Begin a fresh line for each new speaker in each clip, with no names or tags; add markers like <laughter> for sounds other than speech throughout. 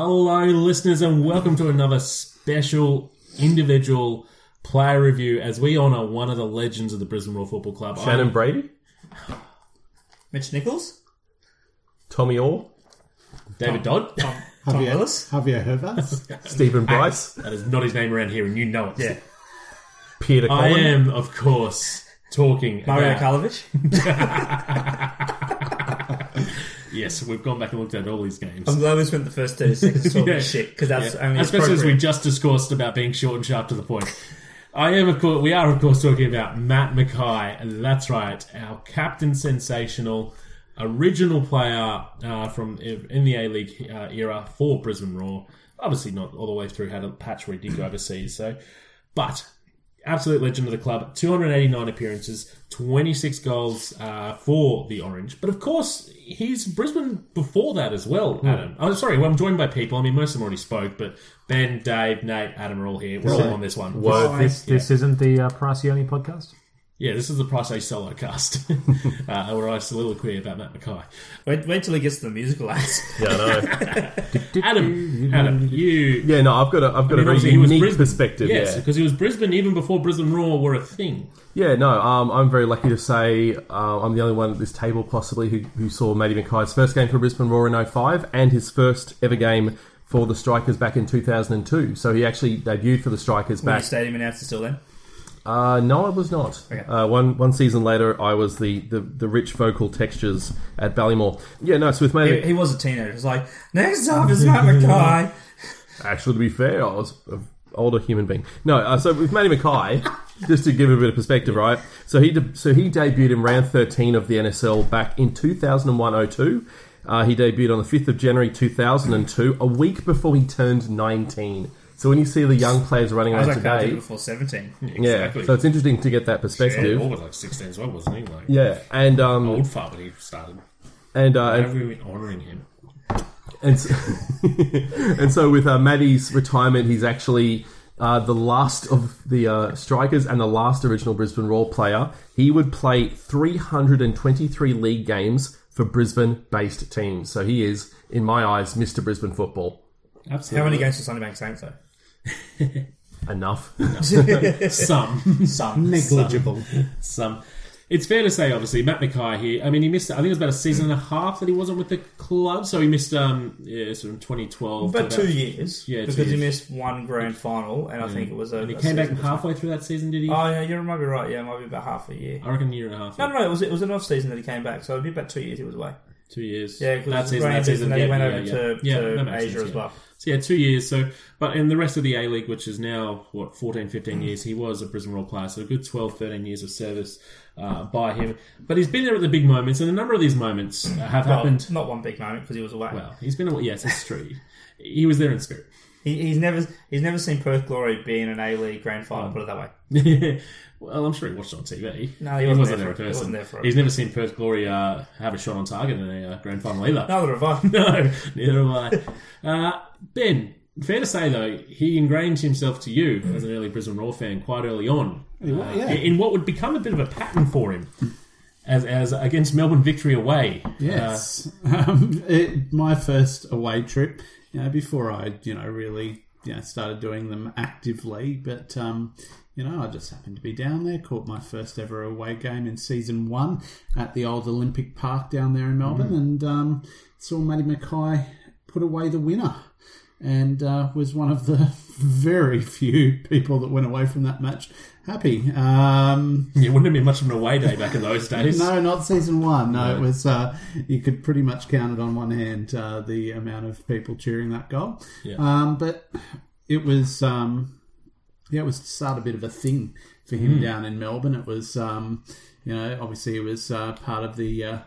Hello, listeners, and welcome to another special individual player review as we honour one of the legends of the Brisbane Royal Football Club.
Shannon
I'm-
Brady,
Mitch Nichols,
Tommy Orr,
David Dodd.
Tom
Javier,
Willis.
Javier <laughs> Hervas.
Stephen Bryce,
That is not his name around here, and you know it.
Yeah.
Peter
I
Cullen.
am, of course, talking
Mario
about-
<laughs> Karlovich.
Yes, we've gone back and looked at all these games.
I'm glad we spent the first 30 seconds talking
Yeah.
shit because that's
Yeah.
only
especially as we
appropriate.
just discoursed about being short and sharp to the point. I am, of course, we are, of course, talking about Matt Mackay. That's right, our captain, sensational, original player uh, from in the A League uh, era for Brisbane Roar. Obviously, not all the way through. Had a patch where he did go overseas, so, but. Absolute legend of the club, 289 appearances, 26 goals uh, for the Orange. But of course, he's Brisbane before that as
Hmm.
well, Adam. I'm sorry, well, I'm joined by people. I mean, most of them already spoke, but Ben, Dave, Nate, Adam are all here. We're all on this one.
Word.
This, this isn't the uh, Pricioni podcast.
Yeah, this is the Price A solo cast, <laughs> uh, where I soliloquy about Matt Mackay.
Oh, wait, wait till he gets to the musical
<laughs>
acts.
Yeah, I know.
Adam, Adam, you.
yeah, no, I've got a, I've got
I mean,
a
obviously
very
he was
unique
Brisbane.
perspective.
Yes,
yeah.
because he was Brisbane even before Brisbane Raw were a thing.
Yeah, no, um, I'm very lucky to say uh, I'm the only one at this table possibly who, who saw Matty Mackay's first game for Brisbane Roar in 05 and his first ever game for the Strikers back in 2002. So he actually debuted for the Strikers
When the
back.
stadium announced until then.
Uh, no, I was not.
Okay.
Uh, one one season later, I was the, the, the rich vocal textures at Ballymore. Yeah, no, so with Matty...
He, he was a teenager. It was like, next up is Matt
<laughs>
Mackay.
Actually, to be fair, I was an older human being. No, uh, so with Matty Mackay, just to give a bit of perspective, right? So he de- so he debuted in round 13 of the NSL back in 2001-02. Uh, he debuted on the 5th of January 2002, a week before he turned 19. So when you see the young players running
I was
around
like, I did it
today,
before 17.
yeah,
Exactly.
so it's interesting to get
Yeah,
that perspective.
Orr was like 16 as well, wasn't he? Like,
Yeah, and um,
old fart when he started.
and uh,
How
and
have we been honouring him?
And so, <laughs> and so with uh, Maddie's retirement, he's actually uh, the last of the uh, strikers and the last original Brisbane role player. He would play 323 league games for Brisbane based teams. So he is, in my eyes, Mr. Brisbane football.
How
Absolutely.
<laughs> many games for Sunny Bank Saints, though?
Enough.
Some.
<laughs> Some.
Negligible.
Some. It's fair to say, obviously, Matt Mackay here. I mean, he missed. I think it was about a season and a half that he wasn't with the club, so he missed um, yeah, sort of 2012. to
About two years.
Yeah, two
Because
years. Mm.
he missed one grand final, and I think it was a.
And he
a
came back
season-
halfway through that season, did he?
Oh, yeah, you might be right. Yeah, it might be about half a year.
I reckon a year and a half.
No, no, no. It was, it was an off season that he came back, so it'd be about two years he was away.
Two years.
Yeah, 'cause
that
it's
season, that
Rangers
season.
and then he
yeah,
went
yeah,
over
yeah.
to-
Yeah,
to
that makes
Asia
sense,
as
yeah.
well.
So yeah, two years. So, but in the rest of the A League, which is now what 14, 15 years, he was a Brisbane Royal player, so a good 12, 13 years of service uh, by him. But he's been there at the big moments, and a number of these moments uh, have
Well,
happened.
Not one big moment because he was away.
Well, he's been. a- Yes, it's
<laughs>
true. he was there in spirit.
He, he's never he's never seen Perth Glory be in an A League grand final. Put it that way.
<laughs> well, I'm sure he watched it on TV.
No, he wasn't there
in
for it. He wasn't there for it.
He's never seen Perth Glory uh, have a shot on target in a uh, grand final either.
Neither have
<laughs>
I.
No, neither have I. Uh, ben, fair to say though, he ingrained himself to you
Mm.
as an early Brisbane Roar fan quite early on. uh,
yeah.
In what would become a bit of a pattern for him. As, as against Melbourne victory away, <laughs>
Yes. <laughs> um, it, my first away trip, you know, before I, you know, really, you know, started doing them actively, but, um, you know, I just happened to be down there, caught my first ever away game in season one at the old Olympic Park down there in Melbourne, and um, saw Matty Mackay put away the winner. And uh, was one of the <laughs> very few people that went away from that match happy. Um,
it wouldn't have been much of an away day back in those days.
No, not season one. No, it was. Uh, you could pretty much count it on one hand uh, the amount of people cheering that goal.
Yeah.
Um, but it was. Um, yeah, it was to start a bit of a thing for him down in Melbourne. It was. Um, you know, obviously, it was uh, part of the. Uh,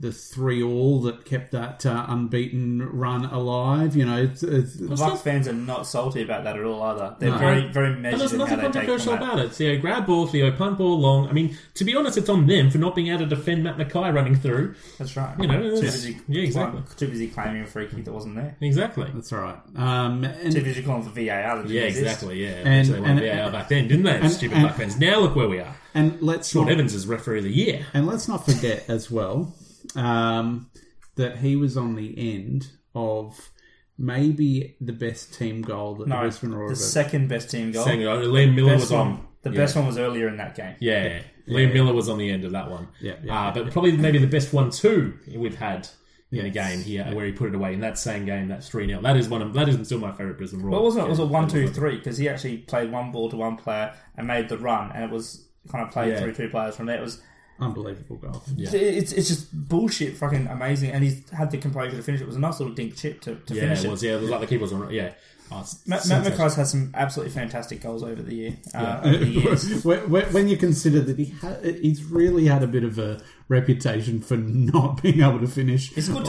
the three all that kept that uh, unbeaten run alive. You know, it's, it's,
Bucks fans are not salty about that at all either. They're
No.
very very
And
measured
there's
in how
nothing
they take
controversial
from that.
about it. Theo grab ball, Theo punt ball long. I mean, to be honest, it's on them for not being able to defend Matt Mackay running through.
That's right.
You know,
too
it's-
busy,
yeah, exactly.
like, too busy claiming a free kick that wasn't there.
Exactly.
that's all right. Um, and
Too busy calling for VAR.
Mm.
That
Yeah,
didn't exist.
exactly. Yeah,
And-
Which they won
and-
the VAR back then, didn't they? the
and-
Stupid
and-
Buck fans. Now look where we are.
and let's
Sean
not
Evans is referee of the year.
And let's not forget as well um, that he was on the end of maybe the best team goal that the
No,
Brisbane Roar
the
have ever
second best team goal.
Saying, oh, Liam Miller
Best
was
one-
on.
The
yeah.
best one was earlier in that game.
Yeah, Liam Miller was on the end of that one.
Yeah, yeah,
uh, but probably maybe the best one too we've had in a
Yes.
game here where he put it away in that same game. That's three 0 That is one. Of, that is still my favorite Brisbane Roar.
Well, it wasn't. It was a
Yeah,
one, two,
wasn't.
three because he actually played one ball to one player and made the run, and it was kind of played
Yeah.
through two players from there. It was
Unbelievable goal.
Yeah.
it's it's just bullshit, fucking amazing, and he's had the composure to finish it. It was a nice little dink chip to, to
Yeah,
finish
it
it.
was. Yeah, it was like the keeper's on. Yeah, oh, it's
Matt, Matt
sensational.
Mackay's had some absolutely fantastic goals over the year. Uh,
<laughs>
over the years.
when, when when you consider that he ha- he's really had a bit of a reputation for not <laughs> being able to finish.
He scored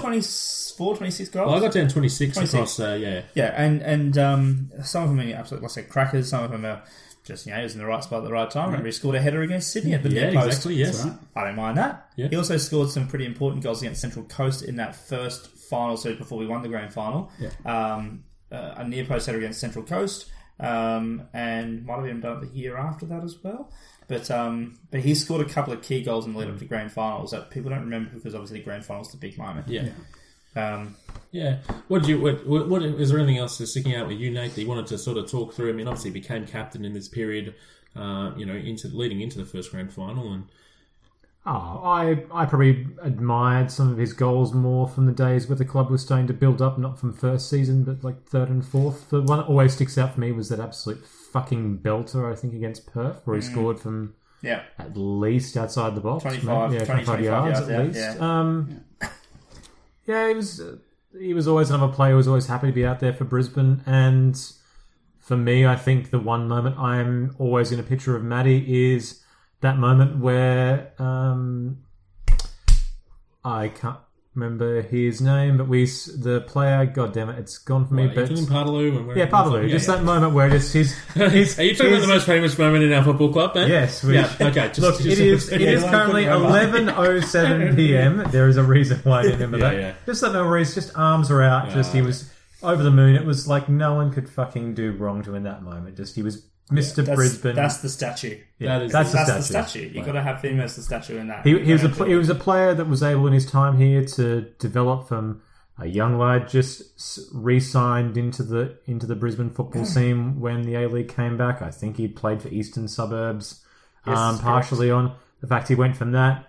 24, 26 goals.
Well, I got down 26,
26.
across. Uh, yeah,
yeah, and and um, some of them are absolutely, like I said, crackers. Some of them are just you know, he was in the right spot at the right time. Remember, he scored a header against Sydney at the
yeah,
near post.
exactly. Yes,
That's right.
I don't mind that.
Yeah.
He also scored some pretty important goals against Central Coast in that first final, so before we won the grand final.
Yeah.
Um, uh, a near post header against Central Coast, um, and might have been done the year after that as well. But um, but he scored a couple of key goals in the lead
Mm.
up to grand finals that people don't remember because obviously the grand finals the big moment.
yeah, yeah.
Um,
What did you? What, what, what is there anything else that's sticking out with you, Nate? That you wanted to sort of talk through? I mean, obviously, you became captain in this period. Uh, you know, into leading into the first grand final, and
Oh, I I probably admired some of his goals more from the days where the club was starting to build up, not from first season, but like third and fourth. The one that always sticks out for me was that absolute fucking belter, I think, against Perth, where he scored from
yeah.
at least outside the box,
25,
maybe,
20, 25 yards, yeah,
Um, yeah, he was uh, he was always another player who was always happy to be out there for Brisbane. And for me, I think the one moment I'm always in a picture of Matty is that moment where um, I can't remember his name, but we s- the player, god damn it, it's gone for me.
Well,
but
Ethan Pardew and where-
yeah, Pavlou, just that moment where just his his
<laughs> Are you talking about the
his-
most famous moment in our football club, man?
Yes, we-
Yeah. Okay. Just,
Look, it
just
is, it is
Yeah,
currently
I couldn't remember.
11.07 p.m. There is a reason why I didn't remember
Yeah,
that.
yeah.
Just that no worries, just arms are out. just he
Yeah.
was over the moon. It was like no one could fucking do wrong to him in that moment. Just he was Mr.
That's,
Brisbane.
That's the statue.
yeah,
that is-
that's,
That's
the
the
statue.
statue. You've got to have him as the statue in that.
He, he was a pl- he was a player that was able in his time here to develop from a young lad just s- re-signed into the into the Brisbane football scene when the A League came back. I think he played for Eastern Suburbs,
Yes,
um,
correct.
partially on the fact he went from that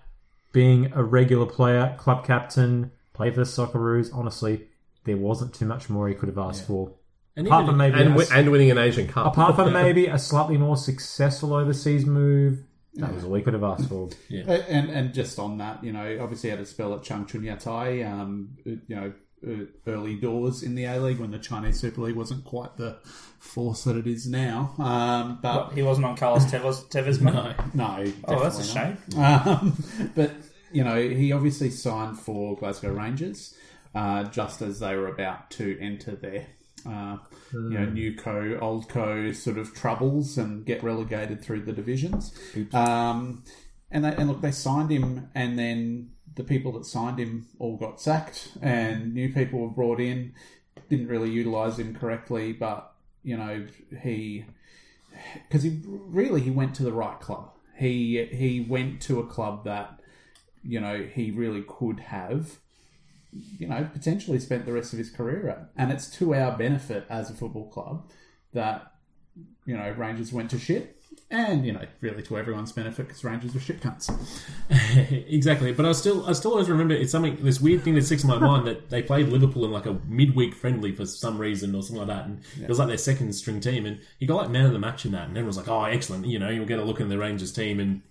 being a regular player, club captain, played for the Socceroos. Honestly, there wasn't too much more he could have asked for.
And
Apart
even,
from maybe
and,
a
wi-
s-
and winning an Asian Cup.
apart from maybe a slightly more successful overseas move. That was all he could have asked for.
A- And and just on that, you know, obviously had a spell at Changchun Yatai, um, you know, uh, early doors in the A League when the Chinese Super League wasn't quite the force that it is now. Um, but
He wasn't on Carlos Tevez, Tevez money.
no,
Oh, that's a
definitely
shame.
not. <laughs> Um, but you know, he obviously signed for Glasgow Rangers uh, just as they were about to enter their. Uh, you know, new co, old co sort of troubles and get relegated through the divisions. Um, and they, and look, they signed him, and then the people that signed him all got sacked, and new people were brought in. Didn't really utilize him correctly, but you know he because he really he went to the right club. He he went to a club that you know he really could have you know potentially spent the rest of his career at, and it's to our benefit as a football club that you know Rangers went to shit, and you know really to everyone's benefit because Rangers were shit cunts.
exactly. But I still, I still always remember it's something this weird thing that sticks in my
<laughs>
mind that they played Liverpool in like a midweek friendly for some reason or something like that, and it was like their second string team, and he got like man of the match in that, and everyone was like, oh, excellent, you know, you'll get a look in the Rangers team, and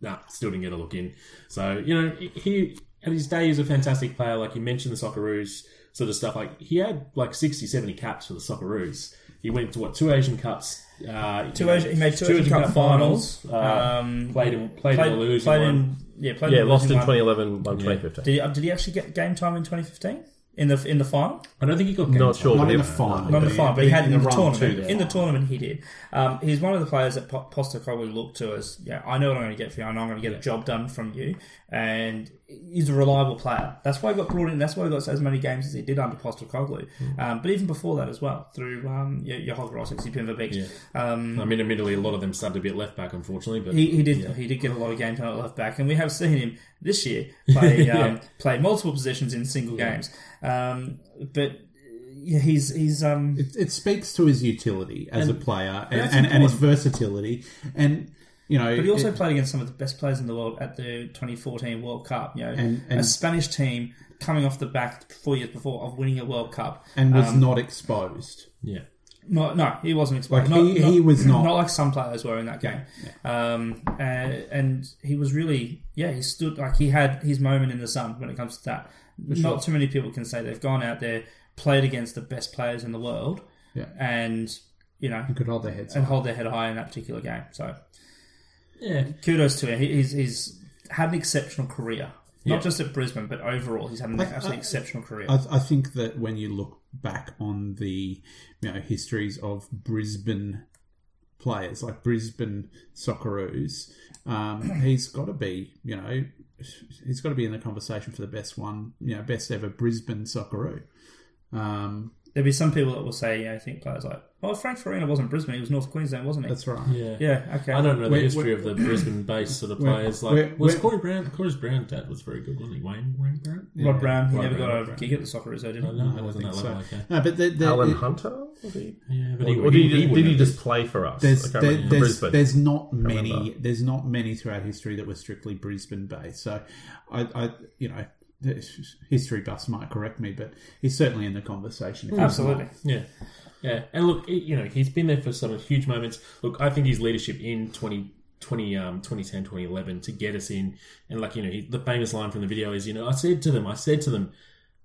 nah, still didn't get a look in. So you know, he at his day he was a fantastic player. Like you mentioned, the Socceroos sort of stuff. Like he had like 60, 70 caps for the Socceroos. He went to what two Asian cups. Uh,
Two Asian, he made two, Asian Cup, finals. um,
played in played, in a losing
played
one.
in- yeah, played
yeah,
in a
lost in
losing one.
2011, won 2015.
Did he, uh, did he actually get game time in 2015 in the in the final?
I don't think he got
Not
games.
sure.
Not
but
in
he-
the final,
Not in the final, but he had in the,
run to
tournament.
the
in the
final.
tournament, he did. Um, he's one of the players that po- Postacoglu looked to as, yeah, I know what I'm going to get for you. I know I'm going to get a job done from you, and he's a reliable player. That's why he got brought in. That's why he got as many games as he did under Postacoglu. Um, but even before that as well, through um, your, your Hogwarts, your Pimver Beach. Um,
I mean, admittedly, a lot of them started to be at left back, unfortunately. But
He, he did he did get a lot of game time at left back, and we have seen him this <laughs> year play um, play multiple positions in single games. Um, but yeah, he's he's um
it, it speaks to his utility as a player and,
that's
and, and his
important.
versatility. And, you know,
But he also
it-
played against some of the best players in the world at the 2014 World Cup. You know,
And- and-
a Spanish team coming off the back four years before of winning a World Cup.
and was
um,
not exposed.
Yeah.
No, no, he wasn't exposed.
Like, he- he was not.
like some players were in that game. Um, uh, and he was really, yeah, he stood like he had his moment in the sun when it comes to that. Not too many people can say they've gone out there, played against the best players in the world,
Yeah.
and you know,
Could hold their heads
and
up.
hold their head high in that particular game. So
Yeah.
kudos to him. He- He's, he's had an exceptional career,
Yeah.
not just at Brisbane, but overall, he's had an absolutely exceptional career.
I, I think that when you look back on the you know histories of Brisbane players like Brisbane Socceroos,
<clears throat>
um, he's got to be you know he's got to be in the conversation for the best one you know best ever Brisbane Socceroo. Um,
There'll be some people that will say, yeah, I think players like, well, Frank Farina wasn't Brisbane; he was North Queensland, wasn't he?
that's right.
Yeah.
yeah, okay.
I don't know the
Wait,
history
wait.
of the Brisbane-based sort of players. Like,
wait,
was
wait.
Corey Brown? Corey Brown's dad was very good, wasn't he? Wayne, Wayne Brown.
Rod Brown, he
Rod
never
Brown,
got a gig at the Socceroos, though, did he?
I know it
I
wasn't
think
that
so.
long. Okay.
No, but the, the,
Alan
it-
Hunter? Was he?
Yeah, but he,
Or,
he,
or did
he
he, just, did he
wouldn't
just play for us? I
there's
can't
there,
remember.
there's,
Brisbane.
there's not many
remember.
there's not many throughout history that were strictly Brisbane based. So I, I you know the history buffs might correct me, but he's certainly in the conversation. if he's
Absolutely.
not.
Yeah. Yeah. And look, he- you know, he's been there for some huge moments. Look, I think his leadership in 20, 20, um, 2010, 2011 to get us in, and like, you know, he, the famous line from the video is, you know, I said to them, I said to them,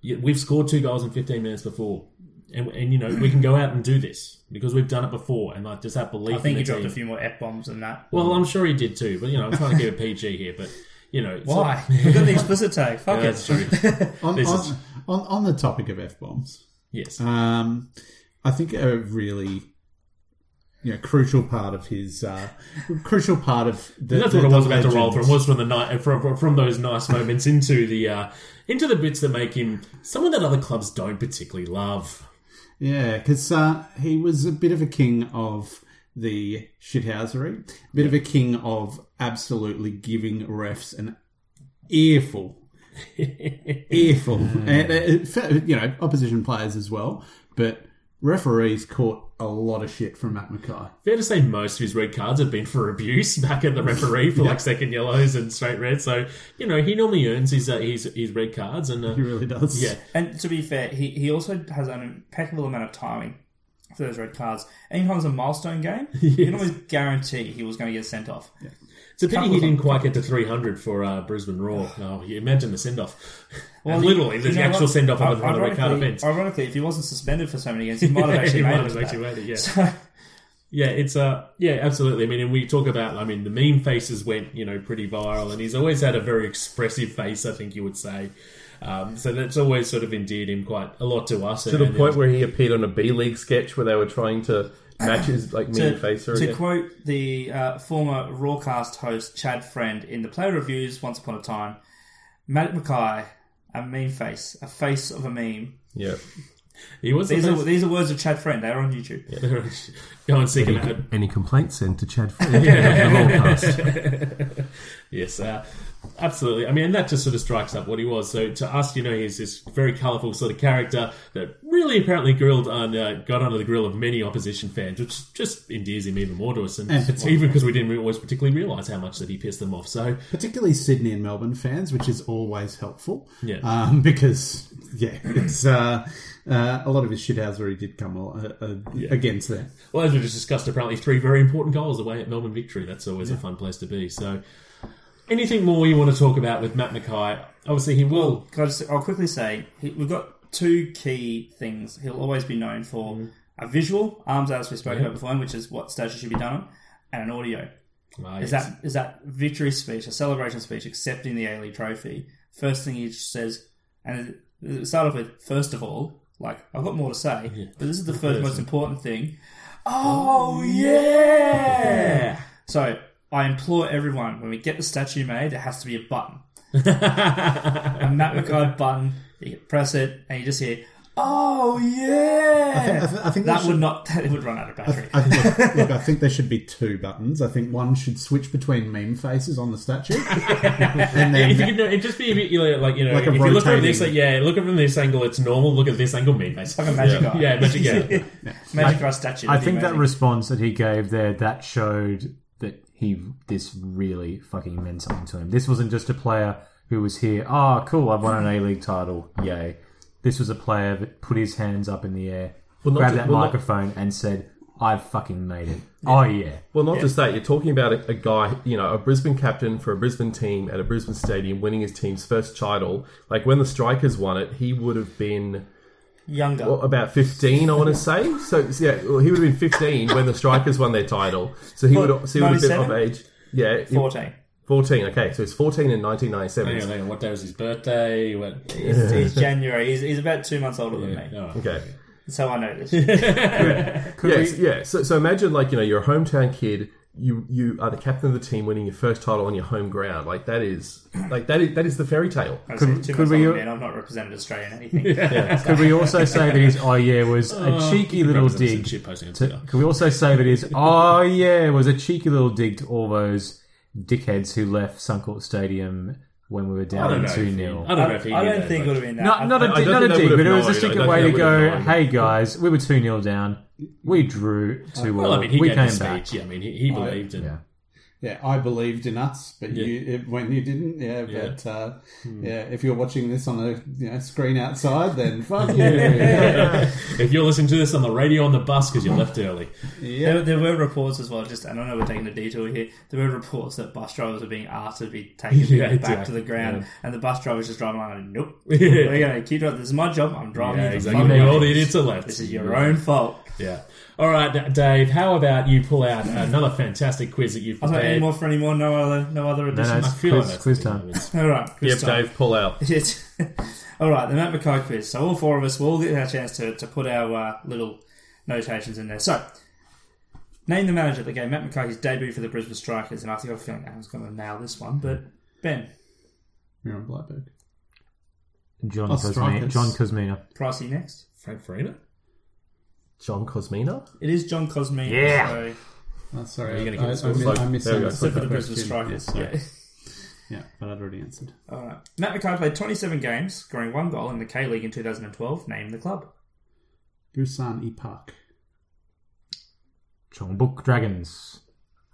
"Yeah, we've scored two goals in 15 minutes before. And, and you know, we can go out and do this because we've done it before. And like, just that belief
I think
in
he
the
dropped
team.
a few more F bombs than that.
Well, I'm sure he did too, but, you know, I'm trying to give a PG here, but, you know. it's
Why?
not- <laughs>
We've got the explicit tag. Fuck
That's
it.
true.
On,
This
on,
is-
on, on the topic of f bombs,
Yes.
um, I think a really you know crucial part of his uh, crucial part of the,
That's
the-
what I
the
was about to roll
legend-
from. Was from the night from, from those nice moments into the uh, into the bits that make him someone that other clubs don't particularly love.
Yeah, because uh, he was a bit of a king of the shithousery, a bit of a king of absolutely giving refs an earful,
<laughs>
earful,
Hmm.
and it, you know opposition players as well. But referees caught a lot of shit from Matt Mackay.
Fair to say, most of his red cards have been for <laughs> abuse back at the referee for like second yellows and straight red. So you know he normally earns his uh, his his red cards and uh,
He really does.
yeah.
And to be fair, he, he also has an impeccable amount of timing for those red cards. Anytime there's a
<laughs>
milestone game, you can always guarantee he was going to get sent off.
It's a pity he didn't quite get to 300 for uh, Brisbane Raw. Oh, you imagine the send off. <laughs>
Well,
literally,
you-
there's
you
the
know
actual
what?
send off of
I-
the red card
ironically-
offence.
Ironically, if he wasn't suspended for so many games, he
<laughs>
might have
He
actually
might
made
have
it. to
actually
that.
made it, yeah.
<laughs> So,
Yeah, it's uh, yeah, absolutely. I mean, and we talk about, I mean, the meme faces went, you know, pretty viral, and he's always had a very expressive face, I think you would say. Um, so that's always sort of endeared him quite a lot to us. uh,
to the point where he appeared on a B League sketch where they were trying to match his like mean face.
Uh, to, to quote the uh, former Rawcast host Chad Friend in the player reviews once upon a time, Matt Mackay, a mean face, a face of a meme.
yeah,
he was.
These
the
are
first-
these are words of Chad Friend. They are on YouTube.
<laughs> Go and seek him out.
Any complaints sent to
<laughs>
Chad Friend? yeah.
Yes, uh, absolutely. I mean, and that just sort of strikes up what he was. So to us, you know, he's this very colourful sort of character that really apparently grilled on, uh, got under the grill of many opposition fans, which just endears him even more to us. And,
And
it's even because we didn't always particularly realise how much that he pissed them off. So
particularly Sydney and Melbourne fans, which is always helpful.
Yeah.
Um, because yeah, it's uh, uh, a lot of his shithousery did come uh, uh, against them.
Well, as we just discussed, apparently three very important goals away at Melbourne Victory. That's always a fun place to be. So, anything more you want to talk about with Matt Mackay? Obviously, he will.
Can I just, I'll quickly say he, we've got two key things he'll always be known for: a visual, arms out as we spoke about before, which is what stages should be done on, and an audio.
Ah,
Is
yes.
that is that victory speech, a celebration speech, accepting the A League trophy? First thing he just says, and it started off with first of all, like I've got more to say, but this is the first most important thing. Oh yeah! so I implore everyone when we get the statue made, there has to be a button, a Matt McGuire button. You press it, and you just hear Oh yeah,
I think, I, th- I think
that
they
would
should-
not. <laughs> It would run out of
<laughs>
battery.
I think, look, look, I think there should be two buttons. I think one should switch between meme faces on the
<laughs>
statue, and
Yeah,
then
if you could, do- it'd just be a bit you know, like you know,
Like a
if you look at
rotating-
this, like, yeah, look at it from this angle, it's normal. Look at this angle, me face.
Like a magic
yeah.
eye.
Yeah, magic.
<laughs>
Yeah,
Magic Eye statue.
I
would be
think that
amazing.
response that he gave there that showed that he this really fucking meant something to him. This wasn't just a player who was here. Ah, cool! I've won an A League title. Yay! This was a player that put his hands up in the air,
Well, not
grabbed
ju-
that
well, not-
microphone, and said, "I've fucking made it." Oh yeah.
Well, not just that. You're talking about a, a guy, you know, a Brisbane captain for a Brisbane team at a Brisbane stadium, winning his team's first title. Like when the Strikers won it, he would have been
younger.
well, about 15, I want to say. So so, yeah, well, he would have been 15 when the Strikers won their title. So he would, so he would have been of
97?
age. Yeah, he-
Fourteen.
14. Okay, so it's 14 in 1997.
Hang on, what day was his birthday? What?
He's, he's January. He's, he's about two months older than me,
Oh.
Okay.
so I know this.
Yes, yeah. So, so imagine like you know you're a hometown kid. You you are the captain of the team, winning your first title on your home ground. Like that is like that is that is the fairy tale.
I was
Could-
saying two
could
months
we-
older man. I'm not represented Australia in anything.
<laughs>
Could we also say that his "Oh yeah" was a cheeky little
Represents
dig
and shit posting on
To,
Twitter.
can we also say that his oh yeah was a cheeky little dig to all those dickheads who left Suncourt Stadium when we were
I don't
down
know.
two
if he-
0
I don't know if he.
I
did
don't
that,
think it
but-
would have been that.
Not, not
I-
a,
I
dig-
don't
not a
think they
dig,
would've
but it was a
known. I
second
don't
way
think
to
they would've
go.
known.
Hey guys, we were two 0 down. We drew two all.
Well, I mean, he
we
gave
came
the speech.
back.
Yeah, I mean, he, he believed in.
Yeah.
Yeah, I believed in us, but you it, when you didn't, yeah. But uh,
Hmm.
yeah, if you're watching this on a you know, screen outside, then fuck you.
<laughs> If you're listening to this on the radio on the bus because you left early,
There, there were reports as well. Just and I know we're taking a detour here. There were reports that bus drivers were being asked to be taken
Yeah,
back
yeah,
to the ground, and the bus drivers just driving along. and, Nope,
Yeah.
we're going to keep driving. This is my job. I'm driving.
yeah,
you the
exactly.
fuck
You
out.
all the idiots are left.
This is your own fault.
Yeah. All right, D- Dave. How about you pull out another fantastic quiz that you've
I was like, any
prepared?
more for any more? No other, no other
No, no,
additions. <laughs>
it's
feel like
quiz,
that's
quiz
the thing.
time.
All right, quiz
Yep,
time.
Dave, pull out.
Yes. <laughs> all right, the Matt Mackay quiz. So all four of us will all get our chance to, to put our uh, little notations in there. So, name the manager that gave Matt Mackay his debut for the Brisbane Strikers, and I think I feel like I was going to nail this one, but Ben,
You're on Blackbird.
John
Oh,
Cosmina.
strikers.
John Cosmina.
Pricey next.
Frank Farina.
John Cosmina.
It is John Cosme.
Yeah.
So,
Oh,
You're
sorry,
gonna
I,
give us
I, I, mi-
like-
I
there we go.
misunderstood
so for the
the
Brisbane
question.
Strikers.
Yeah,
Yeah.
sorry. yeah, but I'd already answered.
All right. Matt Mackay played 27 games, scoring one goal in the K League in 2012. Name the club.
Busan E Park.
Chongbuk Dragons.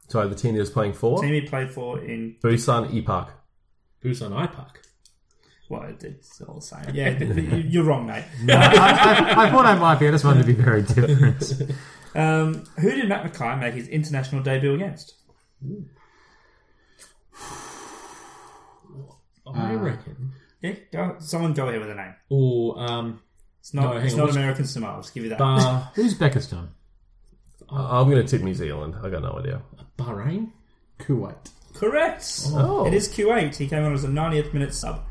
Sorry, the team that was playing for
Team he played for in
Busan E Epark.
Busan iPark.
well, it- it's all the same. Yeah, <laughs> you- you're wrong, mate.
I, I, I thought I might be. I just wanted to be
<laughs>
very different.
Um, who did Matt Mackay make his international debut against?
Oh, I reckon.
Yeah, go, someone go here with a name.
Or um,
It's not.
No, hang
it's
on,
not
what's-
American Samoa. I'll just give you that.
Bah-
Uzbekistan.
I- I'm going to tip New Zealand. I got no idea.
Bahrain.
Kuwait.
Correct.
Oh.
It is Q8. He came on as a 90th minute sub.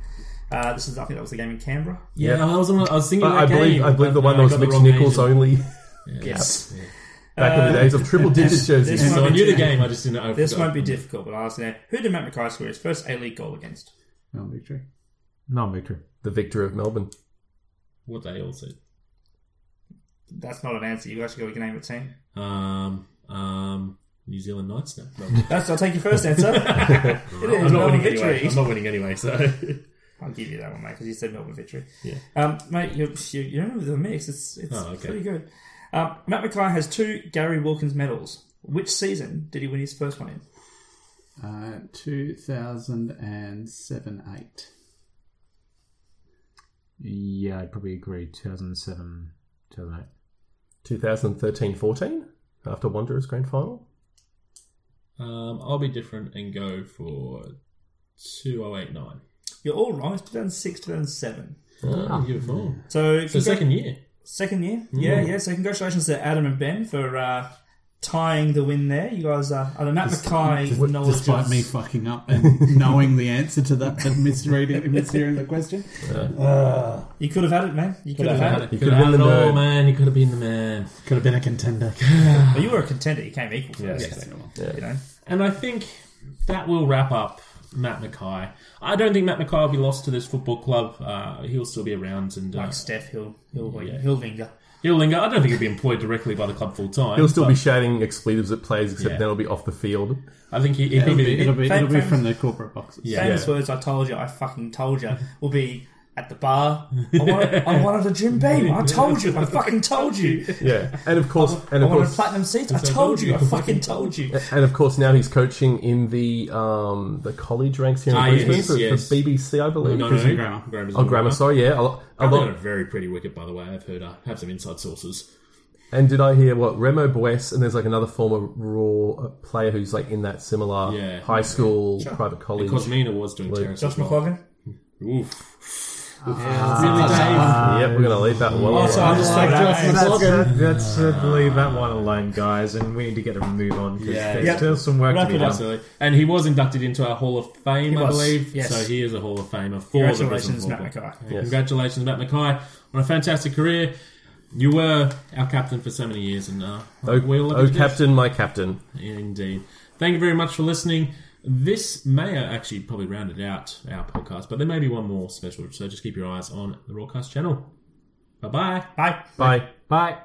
Uh, this is, I think, that was the game in Canberra.
Yeah, I was. on- I was thinking.
But I
that
believe
game,
I believe the
but
one that
I
was
got the
Mitch
wrong Uh,
Nichols
agent.
only
Yes.
back in the days of triple digit
this
jerseys.
So I
might
knew
be-
the game. I just didn't. know.
This won't be difficult, but I'll ask you now. Who did Matt Mackay score his first A League goal against?
Melbourne victory.
No victory.
The victor of Melbourne.
What they all said.
That's not an answer. You actually got to name a team.
Um, um, New Zealand Knights. No, no.
<laughs> That's. I'll take your first answer.
<laughs>
it is
I'm not
Melbourne
winning
victory.
anyway. I'm not winning anyway. So <laughs>
I'll give you that one, mate, because you said Melbourne victory.
Yeah.
Um, mate, you're, you're, you're in with the mix. It's, it's
Oh, okay.
pretty good. Um, Matt Mackay has two Gary Wilkins medals. Which season did he win his first one in?
Uh, 2007 8.
Yeah, I'd probably agree. 2007, 2008.
2013-14 after Wanderers grand final.
um, I'll be different and go for two oh eight nine.
You're all wrong. It's 2006, 2007.
Beautiful.
So,
So
congra-
second Mm-hmm. year.
second year? Yeah, yeah. So congratulations to Adam and Ben for uh, tying the win there. You guys are, are the Matt Mackay knowledge.
Despite me fucking up and <laughs> knowing the answer to that and <laughs> misreading, mishearing the question.
You could have had it, man. You could have had it.
You could
You could've
have had it
been the
all,
nerd.
man. You could have been the man.
Could have been a contender.
But you were a contender. You came equal. Yes.
Yes.
You know?
And I think that will wrap up Matt Mackay. I don't think Matt Mackay will be lost to this football club. Uh, he'll still be around and uh,
Like Steph, he'll he'll he'll linger.
he'll linger. I don't think he'll be employed directly by the club full time.
He'll still be shouting expletives at players, except
Yeah.
then it'll be off the field.
I think he, he'll
It'll
be.
be, it'll be,
Fam-
it'll be
fam-
from the corporate boxes.
Yeah.
Famous words I told you, I fucking told you, will be at the bar. I wanted, I wanted a Jim Beam. I told you. I fucking told you.
Yeah, and of course, and
I
of
wanted
course,
platinum seats. I told you. I fucking told you.
and of course. Now he's coaching in the um, the college ranks here in
Ah, yes,
Brisbane for,
yes.
for BBC, I believe.
no, no, no.
Prison grammar.
Grammar's
Oh, grammar. Sorry, yeah. A, lo- a
I've got
lot.
a very pretty wicket, by the way. I've heard. I have some inside sources.
And did I hear what Remo Bues and there's like another former Raw player who's like in that similar
Yeah.
high school private college.
Cosmina was doing terrorist.
Josh McLaughlin.
Oof.
yep, we're gonna leave that one.
Oh, so I'm just like Josh McLaughlin.
Let's uh, leave that one alone, guys, and we need to get a move on because
Yeah.
there's
Yep.
still some work
Wrap
to be
it up.
done.
Absolutely. And he was inducted into our Hall of Fame, I
was,
believe.
yes.
So he is a Hall of Famer for the Brisbane
Congratulations,
football.
Matt McKay.
Yeah, Congratulations, Matt Mackay, on a fantastic career. You were our captain for so many years, and uh,
Oh,
we all
oh, captain, my captain.
Indeed. Thank you very much for listening. This may actually probably round it out our podcast, but there may be one more special, so just keep your eyes on the broadcast channel. Bye bye.
Bye.
Bye.
Bye.